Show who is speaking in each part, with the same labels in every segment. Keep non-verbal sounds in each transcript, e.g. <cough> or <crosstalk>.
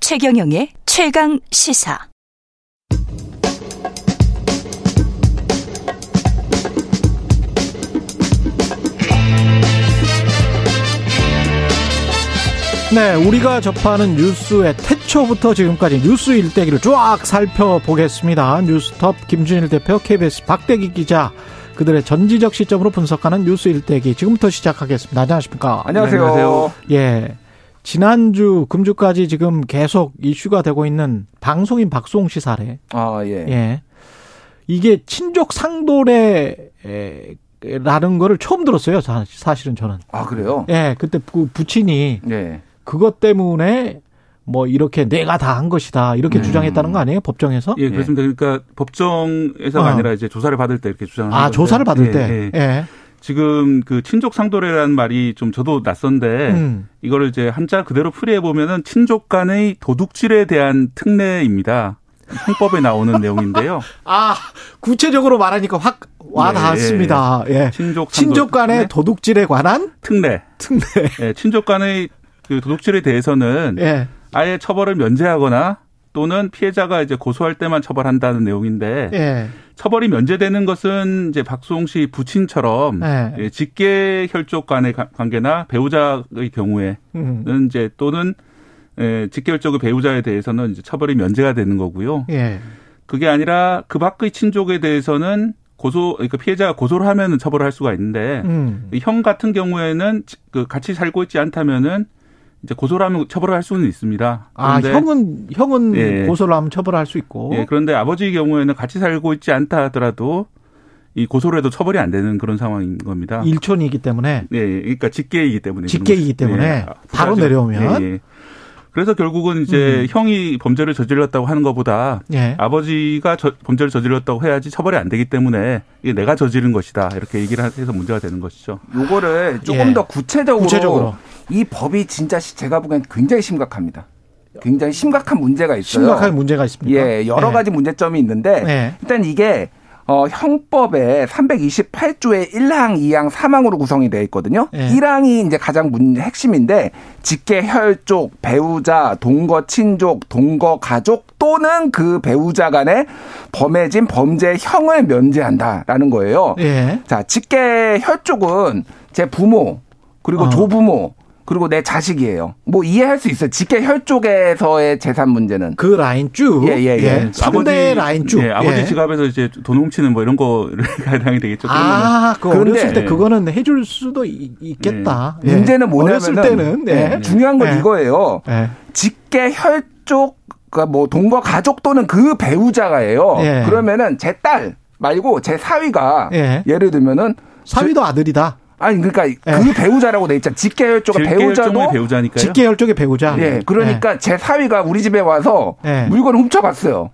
Speaker 1: 최경영의 최강 시사.
Speaker 2: 네, 우리가 접하는 뉴스의 태초부터 지금까지 뉴스 일대기를 쫙 살펴보겠습니다. 뉴스톱 김준일 대표, KBS 박대기 기자, 그들의 전지적 시점으로 분석하는 뉴스 일대기 지금부터 시작하겠습니다. 안녕하십니까?
Speaker 3: 아, 안녕하세요.
Speaker 4: 안녕하세요.
Speaker 2: 예. 지난주 금주까지 지금 계속 이슈가 되고 있는 방송인 박수홍 씨 사례.
Speaker 3: 아, 예.
Speaker 2: 예. 이게 친족 상도례 에, 라는 거를 처음 들었어요. 사- 사실은 저는.
Speaker 3: 아, 그래요?
Speaker 2: 예, 그때 부- 부친이
Speaker 3: 네.
Speaker 2: 그것 때문에 뭐 이렇게 내가 다 한 것이다 이렇게
Speaker 3: 음.
Speaker 2: 주장했다는 거 아니에요 법정에서?
Speaker 4: 예, 그렇습니다. 그러니까 법정에서가
Speaker 2: 어.
Speaker 4: 아니라 이제 조사를 받을 때 이렇게 주장을
Speaker 2: 아
Speaker 4: 한 건데.
Speaker 2: 조사를 받을
Speaker 4: 예,
Speaker 2: 때.
Speaker 4: 예.
Speaker 2: 예.
Speaker 4: 지금 그 친족 상도례라는 말이 좀 저도 낯선데
Speaker 2: 음.
Speaker 4: 이거를 이제 한자 그대로 풀이해 보면은 친족 간의 도둑질에 대한 특례입니다.
Speaker 2: <laughs>
Speaker 4: 형법에 나오는 내용인데요.
Speaker 2: 아 구체적으로 말하니까 확 와닿았습니다. 예.
Speaker 4: 친족 상도
Speaker 2: 친족 간의 도둑질에 관한
Speaker 4: 특례.
Speaker 2: 특례.
Speaker 4: 예, 친족 간의 그 도둑질에 대해서는
Speaker 2: 예.
Speaker 4: 아예 처벌을 면제하거나 또는 피해자가 이제 고소할 때만 처벌한다는 내용인데
Speaker 2: 예.
Speaker 4: 처벌이 면제되는 것은 이제 박수홍 씨 부친처럼
Speaker 2: 네.
Speaker 4: 예, 직계 혈족 간의 가- 관계나 배우자의 경우에는
Speaker 2: 음.
Speaker 4: 이제 또는 예, 직계 혈족의 배우자에 대해서는 이제 처벌이 면제가 되는 거고요.
Speaker 2: 예.
Speaker 4: 그게 아니라 그 밖의 친족에 대해서는 고소 그러니까 피해자가 고소를 하면은 처벌을 할 수가 있는데
Speaker 2: 음.
Speaker 4: 이형 같은 경우에는 지- 그 같이 살고 있지 않다면은 이제 고소를 하면 처벌을 할 수는 있습니다.
Speaker 2: 아
Speaker 4: 그런데-
Speaker 2: 형은 형은
Speaker 4: 예.
Speaker 2: 고소를 하면 처벌할 수 있고.
Speaker 4: 예, 그런데 아버지의 경우에는 같이 살고 있지 않다 하더라도 이 고소를 해도 처벌이 안 되는 그런 상황인 겁니다.
Speaker 2: 일촌이기 때문에
Speaker 4: 예, 예, 그러니까 직계이기 때문에.
Speaker 2: 직계이기
Speaker 4: 그런 거죠. 예.
Speaker 2: 때문에 바로
Speaker 4: 부가적-
Speaker 2: 내려오면? 음.
Speaker 4: 예, 예. 그래서 결국은 이제 형이 범죄를 저질렀다고 하는 것보다
Speaker 2: 예.
Speaker 4: 아버지가 저- 범죄를 저질렀다고 해야지 처벌이 안 되기 때문에 이게 내가 저지른 것이다 이렇게 얘기를 해서 문제가 되는 것이죠.
Speaker 3: 요거를 조금
Speaker 2: 예.
Speaker 3: 더 구체적으로,
Speaker 2: 구체적으로.
Speaker 3: 이 법이 진짜 시- 제가 보기엔 굉장히 심각합니다. 굉장히 심각한 문제가 있어요.
Speaker 2: 심각한 문제가 있습니다.
Speaker 3: 예, 여러 가지 문제점이 있는데
Speaker 2: 예.
Speaker 3: 일단 이게 어, 형법의 328조의 1항, 2항, 3항으로 구성이 되어 있거든요.
Speaker 2: 예.
Speaker 3: 1항이 이제 가장 문, 핵심인데 직계 혈족, 배우자, 동거 친족, 동거 가족 또는 그 배우자 간에 범해진 범죄 형을 면제한다라는 거예요.
Speaker 2: 예.
Speaker 3: 자, 직계 혈족은 제 부모, 그리고
Speaker 2: 어.
Speaker 3: 조부모, 그리고 내 자식이에요. 뭐 이해할 수 있어요. 직계 혈족에서의 재산 문제는.
Speaker 2: 그 라인 쭉.
Speaker 3: 예, 예, 예.
Speaker 2: 3대 라인 쭉.
Speaker 4: 예, 아버지 지갑에서 이제 돈 훔치는 뭐 이런 거를 <laughs> 해당이 되겠죠. 그러면은
Speaker 2: 아, 그
Speaker 3: 그런데-
Speaker 2: 어렸을 때
Speaker 4: 예.
Speaker 2: 그거는 해줄 수도 이- 있겠다. 예.
Speaker 3: 문제는 뭐냐면
Speaker 2: 어렸을 때는 예.
Speaker 3: 중요한 건
Speaker 2: 예.
Speaker 3: 이거예요.
Speaker 2: 예.
Speaker 3: 직계 혈족 그러니까 그뭐 동거 가족 또는 그 배우자가예요.
Speaker 2: 예.
Speaker 3: 그러면은 제 딸 말고 제 사위가
Speaker 2: 예.
Speaker 3: 예. 를 들면은
Speaker 2: 사위도 아들이다.
Speaker 3: 아니 그러니까
Speaker 2: 예.
Speaker 3: 그 배우자라고 돼 있잖아. 직계
Speaker 2: 그러니까
Speaker 3: 혈족은
Speaker 4: 직계 혈족의
Speaker 3: 배우자도
Speaker 4: 배우자니까요.
Speaker 2: 직계 혈족의 배우자.
Speaker 3: 예. 그러니까 제 사위가 우리 집에 와서
Speaker 2: 예. 그
Speaker 3: 물건을 훔쳐갔어요.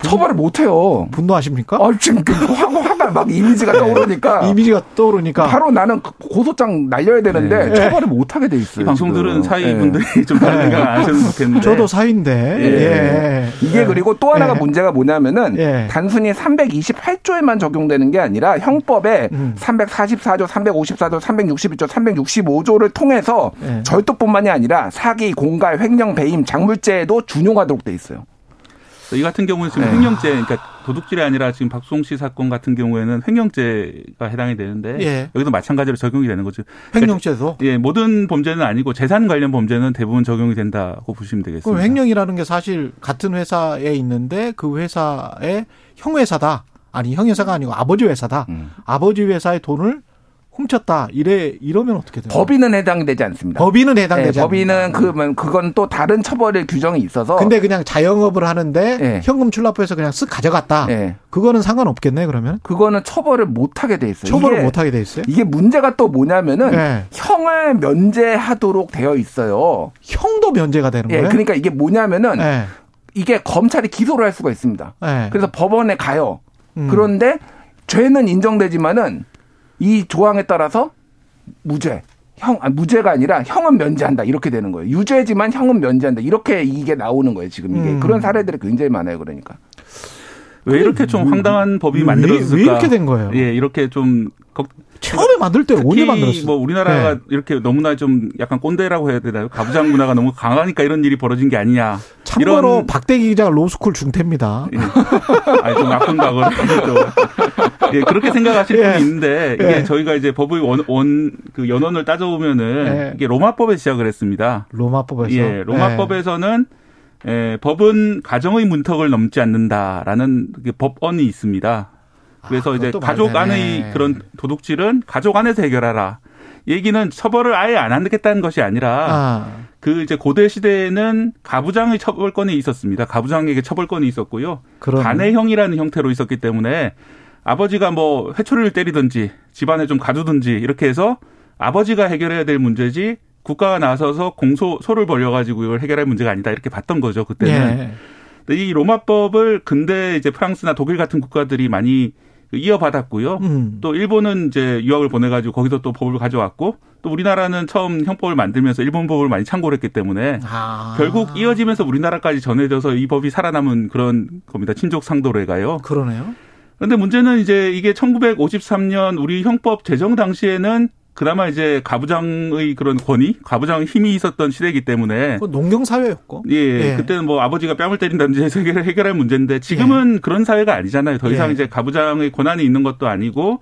Speaker 3: 처벌을 못 해요.
Speaker 2: 예. 분노하십니까?
Speaker 3: 아 지금 그 화가 화가 막 이미지가 떠오르니까
Speaker 2: <laughs> 이미지가
Speaker 4: 그러니까
Speaker 2: 떠오르니까
Speaker 3: 아, 바로 나는 그 고소장 날려야 되는데
Speaker 4: 예.
Speaker 3: 처벌을 못 하게 돼
Speaker 4: 이
Speaker 3: 있어요.
Speaker 4: 방송
Speaker 3: 지금.
Speaker 4: 들은
Speaker 3: 예.
Speaker 4: 사이분들이 <laughs> 좀 다른 생각 안 하셨으면 좋겠는데.
Speaker 2: 네, 저도 사위인데. 예.
Speaker 3: 이게
Speaker 2: 예.
Speaker 3: 그리고 또 하나가
Speaker 2: 예.
Speaker 3: 문제가 뭐냐면은
Speaker 2: 예.
Speaker 3: 단순히 328조에만 적용되는 게 아니라 형법에
Speaker 2: 음.
Speaker 3: 344조, 354조, 361조, 365조를 통해서
Speaker 2: 예.
Speaker 3: 절도뿐만이 아니라 사기, 공갈, 횡령, 배임, 장물죄에도 준용하도록 돼 있어요.
Speaker 4: 이 같은 경우는 지금
Speaker 3: 네.
Speaker 4: 횡령죄, 그러니까 도둑질이 아니라 지금 박수홍 씨 사건 같은 경우에는 횡령죄가 해당이 되는데
Speaker 2: 예.
Speaker 4: 여기도 마찬가지로 적용이 되는 거죠.
Speaker 2: 횡령죄도.
Speaker 4: 예, 모든 범죄는 아니고 재산 관련 범죄는 대부분 적용이 된다고 보시면 되겠습니다.
Speaker 2: 그럼 횡령이라는 게 사실 같은 회사에 있는데 그 회사의 형 회사다. 아니 형 회사가 아니고 아버지 회사다.
Speaker 3: 음.
Speaker 2: 아버지 회사의 돈을 훔쳤다. 이래 이러면 어떻게 돼요?
Speaker 3: 법인은 해당이 되지 않습니다.
Speaker 2: 네. 법인은 해당되지
Speaker 3: 예, 법인은
Speaker 2: 않는다.
Speaker 3: 그러면 그건 또 다른 처벌의 규정이 있어서
Speaker 2: 근데 그냥 자영업을 하는데
Speaker 3: 예.
Speaker 2: 현금 출납부에서 그냥 쓱 가져갔다.
Speaker 3: 예.
Speaker 2: 그거는 상관없겠네 그러면
Speaker 3: 그거는 처벌을 못 하게 돼 있어요.
Speaker 2: 처벌을
Speaker 3: 이게
Speaker 2: 못 하게 돼 있어요.
Speaker 3: 이게 문제가 또 뭐냐면은
Speaker 2: 예.
Speaker 3: 형을 면제하도록 되어 있어요.
Speaker 2: 형도 면제가 되는
Speaker 3: 예,
Speaker 2: 거예요.
Speaker 3: 그러니까 이게 뭐냐면은
Speaker 2: 예.
Speaker 3: 이게 검찰이 기소를 할 수가 있습니다.
Speaker 2: 예.
Speaker 3: 그래서 법원에 가요.
Speaker 2: 음.
Speaker 3: 그런데 죄는 인정되지만은 이 조항에 따라서 무죄. 형, 아, 무죄가 아니라 형은 면제한다. 이렇게 되는 거예요. 유죄지만 형은 면제한다. 이렇게 이게 나오는 거예요, 지금 이게.
Speaker 2: 음.
Speaker 3: 그런 사례들이 굉장히 많아요, 그러니까.
Speaker 4: 왜 이렇게 좀 황당한 법이
Speaker 2: 왜-
Speaker 4: 만들어졌을까?
Speaker 2: 왜 이렇게 된 거예요?
Speaker 4: 예, 이렇게 좀 걱-
Speaker 2: 처음에 만들 때 언제
Speaker 4: 특히
Speaker 2: 만들었어요?
Speaker 4: 뭐 우리나라가
Speaker 2: 네.
Speaker 4: 이렇게 너무나 좀 약간 꼰대라고 해야 되나요? 가부장 문화가 너무 강하니까 이런 일이 벌어진 게 아니냐.
Speaker 2: 참고로 박대기 기자가 로스쿨 중퇴입니다.
Speaker 4: 예. 아니, 좀 나쁜 과거를. <laughs> 예, 그렇게 생각하실
Speaker 2: 예.
Speaker 4: 분이 있는데, 이게
Speaker 2: 예.
Speaker 4: 저희가 이제 법의 원, 원, 그 연원을 따져보면은,
Speaker 2: 예.
Speaker 4: 이게 로마법에 시작을 했습니다.
Speaker 2: 로마법에서
Speaker 4: 예, 로마법에서는, 예, 법은 가정의 문턱을 넘지 않는다라는 그게 법언이 있습니다. 그래서
Speaker 2: 아,
Speaker 4: 이제
Speaker 2: 그것도
Speaker 4: 가족
Speaker 2: 맞네. 예.
Speaker 4: 안의 그런 도둑질은 가족 안에서 해결하라. 얘기는 처벌을 아예 안 하겠다는 것이
Speaker 2: 네.
Speaker 4: 아니라,
Speaker 2: 아,
Speaker 4: 그 이제 고대 시대에는 가부장의 처벌권이 있었습니다. 가부장에게 처벌권이 있었고요.
Speaker 2: 그런
Speaker 4: 간의형이라는 형태로 있었기 때문에 아버지가 뭐 회초리를 때리든지 집안에 좀 가두든지 이렇게 해서 아버지가 해결해야 될 문제지 국가가 나서서 공소 소를 벌려 가지고 이걸 해결할 문제가 아니다 이렇게 봤던 거죠 그때는
Speaker 2: 예.
Speaker 4: 근데 이 로마법을 근대 이제 프랑스나 독일 같은 국가들이 많이 이어받았고요
Speaker 2: 음.
Speaker 4: 또 일본은 이제 유학을 보내가지고 거기서 또 법을 가져왔고 또 우리나라는 처음 형법을 만들면서 일본 법을 많이 참고를 했기 때문에
Speaker 2: 아.
Speaker 4: 결국 이어지면서 우리나라까지 전해져서 이 법이 살아남은 그런 겁니다. 친족 상도례가요.
Speaker 2: 그러네요.
Speaker 4: 그런데 문제는 이제 이게 1953년 우리 형법 제정 당시에는 그나마 이제 가부장의 그런 권위, 가부장 힘이 있었던 시대이기 때문에
Speaker 2: 그건 농경 사회였고.
Speaker 4: 예,
Speaker 2: 예.
Speaker 4: 그때는 뭐 아버지가 뺨을 때린다든지 해서 해결- 해결할 문제인데 지금은 그런 사회가 아니잖아요. 더 이상
Speaker 2: 예.
Speaker 4: 이제 가부장의 권한이 있는 것도 아니고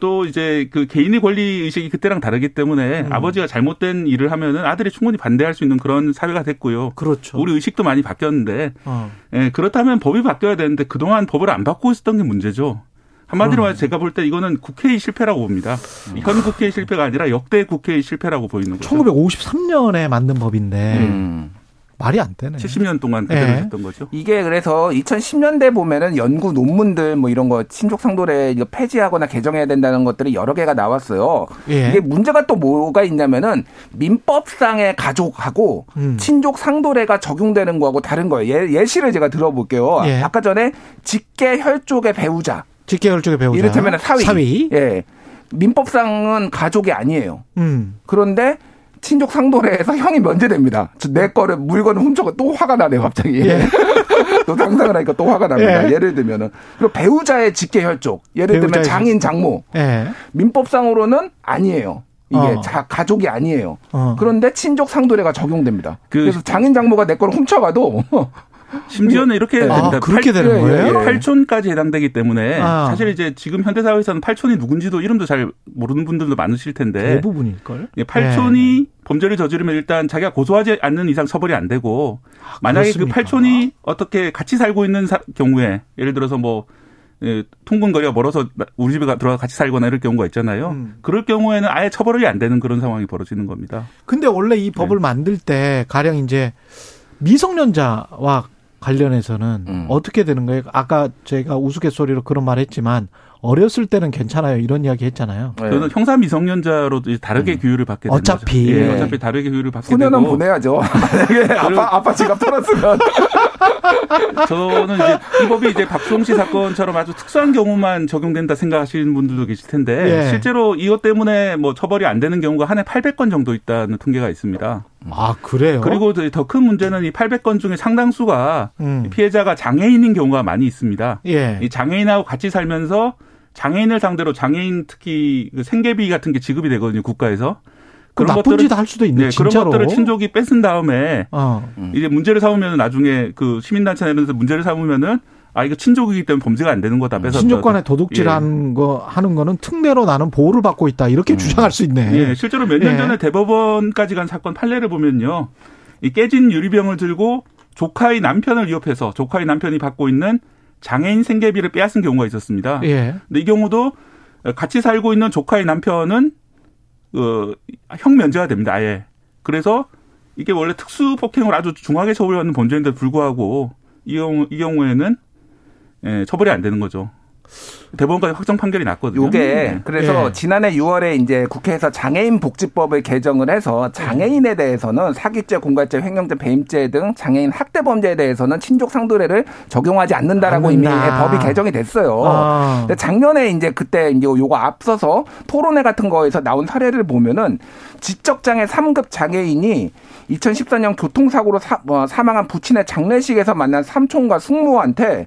Speaker 4: 또 이제 그 개인의 권리 의식이 그때랑 다르기 때문에
Speaker 2: 음.
Speaker 4: 아버지가 잘못된 일을 하면은 아들이 충분히 반대할 수 있는 그런 사회가 됐고요.
Speaker 2: 그렇죠.
Speaker 4: 우리 의식도 많이 바뀌었는데
Speaker 2: 어.
Speaker 4: 예, 그렇다면 법이 바뀌어야 되는데 그동안 법을 안 바꾸고 있었던 게 문제죠. 한마디로 말해 제가 볼 때 이거는 국회의 실패라고 봅니다. 현 국회의 실패가 아니라 역대 국회의 실패라고 보이는 거죠.
Speaker 2: 1953년에 만든 법인데
Speaker 3: 음.
Speaker 2: 말이 안 되네.
Speaker 4: 70년 동안 그대로
Speaker 2: 예.
Speaker 4: 했던 거죠.
Speaker 3: 이게 그래서 2010년대 보면은 연구 논문들 뭐 이런 거 친족 상도례 이거 폐지하거나 개정해야 된다는 것들이 여러 개가 나왔어요.
Speaker 2: 예.
Speaker 3: 이게 문제가 또 뭐가 있냐면은 민법상의 가족하고
Speaker 2: 음.
Speaker 3: 친족 상도례가 적용되는 거하고 다른 거예요. 예, 예시를 제가 들어볼게요.
Speaker 2: 예.
Speaker 3: 아까 전에 직계 혈족의 배우자
Speaker 2: 직계열 쪽에 배우자.
Speaker 3: 이를테면 사위.
Speaker 2: 사위.
Speaker 3: 예. 민법상은 가족이 아니에요.
Speaker 2: 음.
Speaker 3: 그런데 친족 상도례에서 <laughs> 형이 면제됩니다. 저내 거를 물건을 훔쳐가 또 화가 나네요, 갑자기.
Speaker 2: 예.
Speaker 3: <laughs> 또 상상을 하니까 또 화가 납니다.
Speaker 2: 예.
Speaker 3: 예. 를 들면은 그리고 배우자의 직계 혈족. 예를 들면
Speaker 2: 배우자의
Speaker 3: 장인 장모.
Speaker 2: 예.
Speaker 3: 민법상으로는 아니에요. 이게
Speaker 2: 어.
Speaker 3: 자, 가족이 아니에요.
Speaker 2: 어.
Speaker 3: 그런데 친족 상도례가 적용됩니다.
Speaker 4: 그-
Speaker 3: 그, 래서 장인 장모가 내 거를 훔쳐가도
Speaker 4: 심지어는 이렇게
Speaker 3: 예.
Speaker 4: 됩니다.
Speaker 2: 아, 그렇게 되는
Speaker 3: 예,
Speaker 2: 거예요?
Speaker 3: 예, 예.
Speaker 4: 팔촌까지 해당되기 때문에
Speaker 2: 아.
Speaker 4: 사실 이제 지금 현대 사회에서는 팔촌이 누군지도 이름도 잘 모르는 분들도 많으실 텐데
Speaker 2: 그 대부분일걸? 네,
Speaker 4: 예, 팔촌이 범죄를 저지르면 일단 자기가 고소하지 않는 이상 처벌이 안 되고 만약에
Speaker 2: 아,
Speaker 4: 그
Speaker 2: 그렇습니까?
Speaker 4: 팔촌이 어떻게 같이 살고 있는 사- 경우에 예를 들어서 뭐 예, 통근거리가 멀어서 나- 우리 집에 가- 들어가 같이 살거나 이럴 경우가 있잖아요.
Speaker 2: 음.
Speaker 4: 그럴 경우에는 아예 처벌이 안 되는 그런 상황이 벌어지는 겁니다.
Speaker 2: 근데 원래 이 법을
Speaker 4: 네.
Speaker 2: 만들 때 가령 이제 미성년자와 관련해서는
Speaker 3: 음.
Speaker 2: 어떻게 되는 거예요? 아까 제가 우스갯소리로 그런 말 했지만 어렸을 때는 괜찮아요. 이런 이야기 했잖아요.
Speaker 3: 예.
Speaker 4: 저는 형사 미성년자로 이제 다르게 규율을 받게 되는
Speaker 2: 네. 음. 어차피.
Speaker 4: 거죠. 예, 어차피 다르게 규율을
Speaker 3: <laughs>
Speaker 4: 받게
Speaker 3: 소년원
Speaker 4: 되고
Speaker 3: 보내야죠. <laughs> 만약에 아빠 아빠 지갑 털었으면
Speaker 4: 저는 이제 이 법이 이제 박수홍 씨 사건처럼 아주 특수한 경우만 적용된다 생각하시는 분들도 계실 텐데
Speaker 2: 예.
Speaker 4: 실제로 이것 때문에 뭐 처벌이 안 되는 경우가 한 해 800건 정도 있다는 통계가 있습니다.
Speaker 2: 아, 그래요?
Speaker 4: 음. 그리고 더 큰 문제는 이 800건 중에 상당수가
Speaker 2: 음.
Speaker 4: 피해자가 장애인인 경우가 많이 있습니다.
Speaker 2: 예.
Speaker 4: 이 장애인하고 같이 살면서 장애인을 상대로 장애인 특히 그 생계비 같은 게 지급이 되거든요 국가에서
Speaker 2: 그 나쁜 짓 할 수도 있네.
Speaker 4: 네, 그런
Speaker 2: 진짜로.
Speaker 4: 것들을 친족이 뺏은 다음에
Speaker 2: 어.
Speaker 4: 이제 문제를 삼으면 나중에 그 시민단체 이런 데서 문제를 삼으면은 아 이거 친족이기 때문에 범죄가 안 되는 거다. 뺏었다.
Speaker 2: 음. 친족간에 도둑질한
Speaker 4: 예.
Speaker 2: 거 하는 거는 특례로 나는 보호를 받고 있다 이렇게 주장할 수 있네.
Speaker 4: 예. 예, 실제로 몇 년
Speaker 2: 예.
Speaker 4: 전에 대법원까지 간 사건 판례를 보면요. 이 깨진 유리병을 들고 조카의 남편을 위협해서 조카의 남편이 받고 있는 장애인 생계비를 빼앗은 경우가 있었습니다.
Speaker 2: 예.
Speaker 4: 근데 이 경우도 같이 살고 있는 조카의 남편은 어, 형 면제가 됩니다. 아예. 그래서 이게 원래 특수 폭행을 아주 중하게 처벌받는 범죄인데도 불구하고 이, 경우, 이 경우에는 예, 처벌이 안 되는 거죠. 대법원까지 확정 판결이 났거든요. 음. 네.
Speaker 3: 요게 그래서
Speaker 2: 예.
Speaker 3: 지난해 6월에 이제 국회에서 장애인 복지법을 개정을 해서 장애인에 대해서는 사기죄, 공갈죄, 횡령죄, 배임죄 등 장애인 학대 범죄에 대해서는 친족 상도례를 적용하지 않는다라고 이미 예,
Speaker 2: 않는다.
Speaker 3: 법이 개정이 됐어요.
Speaker 2: 아.
Speaker 3: 근데 작년에 이제 그때 이제 요거 앞서서 토론회 같은 거에서 나온 사례를 보면은 지적장애 3급 장애인이 뭐 2014년 교통사고로 사, 어, 사망한 부친의 장례식에서 만난 삼촌과 숙모한테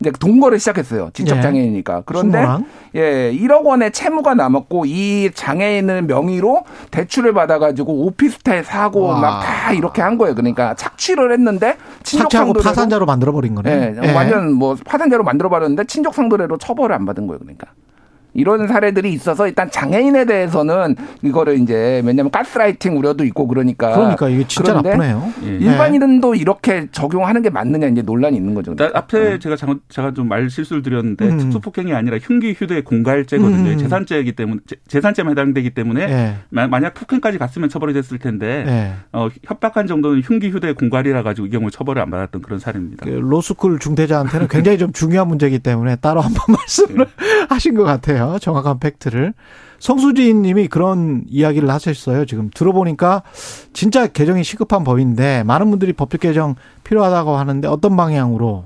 Speaker 3: 이제 동거를 시작했어요. 지적 장애인이니까. 그런데
Speaker 2: 친구랑?
Speaker 3: 예, 1억 원의 채무가 남았고 이 장애인을 명의로 대출을 받아가지고 오피스텔 사고
Speaker 2: 와.
Speaker 3: 막 다 이렇게 한 거예요. 그러니까 착취를 했는데 친족
Speaker 2: 착취하고
Speaker 3: 상대로
Speaker 2: 파산자로 만들어버린 거네.
Speaker 3: 예, 완전 뭐 파산자로 만들어버렸는데 친족 상대로 처벌을 안 받은 거예요. 그러니까. 이런 사례들이 있어서 일단 장애인에 대해서는 이거를 이제 왜냐면 가스라이팅 우려도 있고 그러니까
Speaker 2: 그러니까 이게 진짜
Speaker 3: 그런데
Speaker 2: 나쁘네요.
Speaker 4: 아, 예.
Speaker 3: 일반인도 이렇게 적용하는 게 맞느냐 이제 논란이 있는 거죠.
Speaker 4: 나- 앞에 제가 잘, 제가 좀 말 실수를 드렸는데
Speaker 2: 음.
Speaker 4: 특수폭행이 아니라 흉기 휴대 공갈죄거든요.
Speaker 2: 음.
Speaker 4: 재산죄이기 때문에 재- 재산죄만 해당되기 때문에
Speaker 2: 예.
Speaker 4: 마- 만약 폭행까지 갔으면 처벌이 됐을 텐데
Speaker 2: 예.
Speaker 4: 어, 협박한 정도는 흉기 휴대 공갈이라 가지고 이 경우 처벌을 안 받았던 그런 사례입니다.
Speaker 2: 그 로스쿨 중퇴자한테는 굉장히 좀 중요한 문제이기 때문에 따로 한번 <laughs> 말씀을
Speaker 4: 예.
Speaker 2: 하신 것 같아요. 정확한 팩트를. 성수진 님이 그런 이야기를 하셨어요. 지금 들어보니까 진짜 개정이 시급한 법인데 많은 분들이 법적 개정 필요하다고 하는데 어떤 방향으로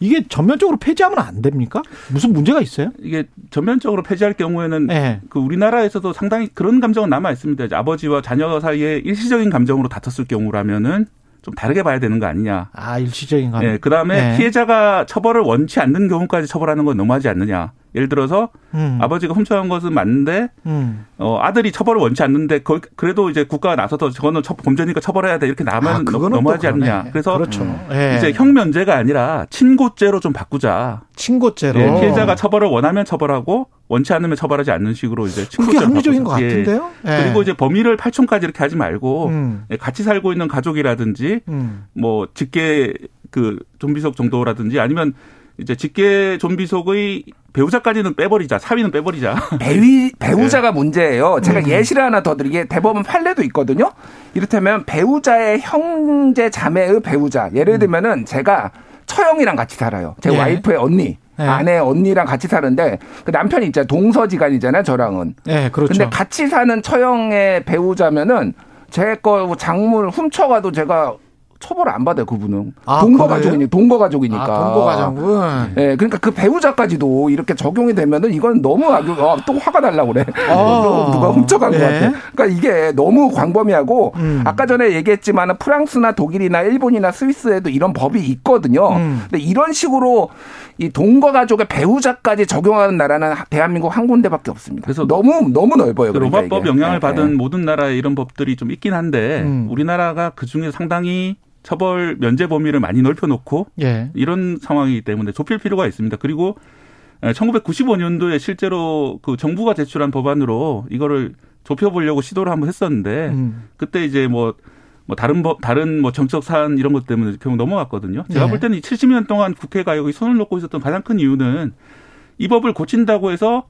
Speaker 2: 이게 전면적으로 폐지하면 안 됩니까? 무슨 문제가 있어요?
Speaker 4: 이게 전면적으로 폐지할 경우에는
Speaker 2: 네.
Speaker 4: 그 우리나라에서도 상당히 그런 감정은 남아 있습니다. 이제 아버지와 자녀 사이에 일시적인 감정으로 다퉜을 경우라면은 좀 다르게 봐야 되는 거 아니냐.
Speaker 2: 아, 일시적인 감.
Speaker 4: 예, 그다음에
Speaker 2: 네.
Speaker 4: 피해자가 처벌을 원치 않는 경우까지 처벌하는 건 너무하지 않느냐. 예를 들어서
Speaker 2: 음.
Speaker 4: 아버지가 훔쳐간 것은 맞는데
Speaker 2: 음.
Speaker 4: 어, 아들이 처벌을 원치 않는데 거- 그래도 이제 국가가 나서서 저거는 처- 범죄니까 처벌해야 돼 이렇게 나면
Speaker 2: 아, 그거는 또
Speaker 4: 너무하지
Speaker 2: 그러네.
Speaker 4: 않느냐. 그래서 음.
Speaker 2: 그렇죠. 예.
Speaker 4: 이제 형면제가 아니라 친고죄로 좀 바꾸자.
Speaker 2: 친고죄로
Speaker 4: 예, 피해자가 처벌을 원하면 처벌하고 원치 않으면 처벌하지 않는 식으로 이제
Speaker 2: 그게
Speaker 4: 친고죄로
Speaker 2: 합리적인 것
Speaker 4: 바꾸자. 예.
Speaker 2: 같은데요. 예.
Speaker 4: 그리고 이제 범위를 8촌까지 이렇게 하지 말고
Speaker 2: 음.
Speaker 4: 예, 같이 살고 있는 가족이라든지
Speaker 2: 음.
Speaker 4: 뭐 직계 그 좀비속 정도라든지 아니면 이제 직계 좀비속의 배우자까지는 빼버리자 사위는 빼버리자
Speaker 2: 그러니까 예.
Speaker 3: 배위, 배우자가 문제예요. 제가
Speaker 2: 네.
Speaker 3: 예시를 하나 더 드리게 대법원 판례도 있거든요. 이렇다면 배우자의 형제 자매의 배우자. 예를 들면은 제가 처형이랑 같이 살아요. 제
Speaker 2: 음. 예.
Speaker 3: 와이프의 언니,
Speaker 2: 예.
Speaker 3: 아내의 언니랑 같이 사는데 그 남편이 있잖아요. 동서지간이잖아요. 저랑은.
Speaker 2: 예, 그렇죠.
Speaker 3: 근데 같이 사는 처형의 배우자면은 제 거 작물 훔쳐가도 제가 처벌 안 받아요. 그분은
Speaker 2: 아,
Speaker 3: 동거
Speaker 2: 그래요?
Speaker 3: 가족이니 동거 가족이니까.
Speaker 2: 아, 동거 가정군.
Speaker 3: 예, 그러니까 그 배우자까지도 이렇게 적용이 되면은 이건 너무 아주 아, 또 화가 날라 그래.
Speaker 2: 아.
Speaker 3: 또 <laughs> 누가 훔쳐간
Speaker 2: 예.
Speaker 3: 것 같아. 그러니까 이게 너무 광범위하고
Speaker 2: 음.
Speaker 3: 아까 전에 얘기했지만 프랑스나 독일이나 일본이나 스위스에도 이런 법이 있거든요.
Speaker 2: 음.
Speaker 3: 근데 이런 식으로 이 동거 가족의 배우자까지 적용하는 나라는 하- 대한민국 한 군데밖에 없습니다.
Speaker 4: 그래서
Speaker 3: 너무 너무 넓어요.
Speaker 4: 그
Speaker 3: 그러니까
Speaker 4: 로마법
Speaker 3: 이게.
Speaker 4: 영향을
Speaker 3: 예,
Speaker 4: 받은
Speaker 3: 예.
Speaker 4: 모든 나라에 이런 법들이 좀 있긴 한데
Speaker 2: 음.
Speaker 4: 우리나라가 그중에 상당히 처벌 면제 범위를 많이 넓혀놓고
Speaker 2: 예.
Speaker 4: 이런 상황이기 때문에 좁힐 필요가 있습니다. 그리고 1995년도에 실제로 그 정부가 제출한 법안으로 이거를 좁혀보려고 시도를 한번 했었는데
Speaker 2: 음.
Speaker 4: 그때 이제 뭐, 뭐 다른 법, 다른 뭐 정책 사안 이런 것 때문에 결국 넘어갔거든요. 제가
Speaker 2: 네.
Speaker 4: 볼 때는 이 70년 동안 국회가 여기 손을 놓고 있었던 가장 큰 이유는 이 법을 고친다고 해서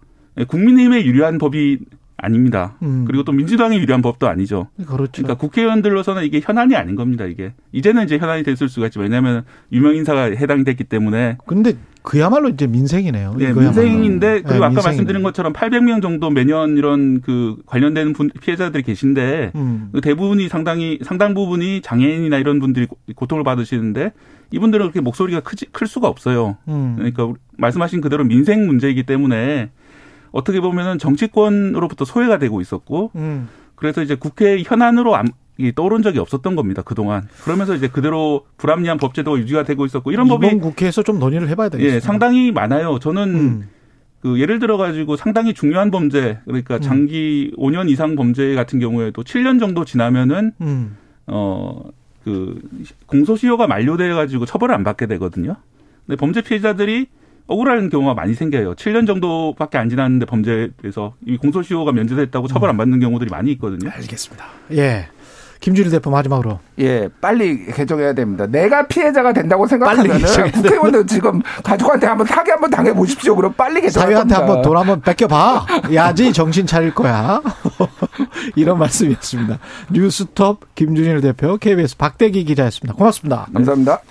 Speaker 4: 국민의힘에 유리한 법이 아닙니다.
Speaker 2: 음.
Speaker 4: 그리고 또 민주당에 유리한 법도 아니죠.
Speaker 2: 그렇죠.
Speaker 4: 그러니까 국회의원들로서는 이게 현안이 아닌 겁니다. 이게 이제는 이제 현안이 됐을 수가 있지. 왜냐하면 유명 인사가 해당이 됐기 때문에
Speaker 2: 근데 그야말로 이제 어, 민생이네요.
Speaker 4: 네,
Speaker 2: 이거야말로.
Speaker 4: 민생인데 그리고
Speaker 2: 네,
Speaker 4: 아까
Speaker 2: 민생이네.
Speaker 4: 말씀드린 것처럼 800명 정도 매년 이런 그 관련된 분, 피해자들이 계신데
Speaker 2: 음.
Speaker 4: 그 대부분이 상당히 상당 부분이 장애인이나 이런 분들이 고- 고통을 받으시는데 이분들은 그렇게 목소리가 크지 클 수가 없어요.
Speaker 2: 음.
Speaker 4: 그러니까 우리- 말씀하신 그대로 민생 문제이기 때문에 어떻게 보면은 정치권으로부터 소외가 되고 있었고
Speaker 2: 음.
Speaker 4: 그래서 이제 국회 현안으로 안- 이 떠오른 적이 없었던 겁니다 그동안 그러면서 이제 그대로 불합리한 법제도가 유지가 되고 있었고 뭐 이런
Speaker 2: 이번
Speaker 4: 법이
Speaker 2: 국회에서 좀 논의를 해봐야 되겠어요.
Speaker 4: 예 상당히 많아요 저는
Speaker 2: 음.
Speaker 4: 그 예를 들어 가지고 상당히 중요한 범죄
Speaker 2: 음.
Speaker 4: 그러니까 장기 5년 이상 범죄 같은 경우에도 7년 정도 지나면은
Speaker 2: 음.
Speaker 4: 어 그 공소시효가 만료돼 가지고 처벌을 안 받게 되거든요. 근데 범죄 피해자들이 억울한 경우가 많이 생겨요. 7년 정도밖에 안 지났는데 범죄에서 이 공소시효가 면제됐다고
Speaker 2: 음.
Speaker 4: 처벌 안 받는 경우들이 많이 있거든요.
Speaker 2: 알겠습니다. 예. 김준일 대표 마지막으로.
Speaker 3: 예, 빨리 개정해야 됩니다. 내가 피해자가 된다고
Speaker 2: 빨리
Speaker 3: 생각하면은
Speaker 2: 개정해야
Speaker 3: 국회의원들 지금 가족한테 한번 사기 한번 당해 보십시오. 그럼 빨리 개정할
Speaker 2: 사회한테
Speaker 3: 겁니다.
Speaker 2: 한번 돈 한번 뺏겨봐. 야지 정신 차릴 거야. <laughs> 이런 말씀이었습니다. 뉴스톱 김준일 대표 KBS 박대기 기자였습니다. 고맙습니다.
Speaker 3: 감사합니다.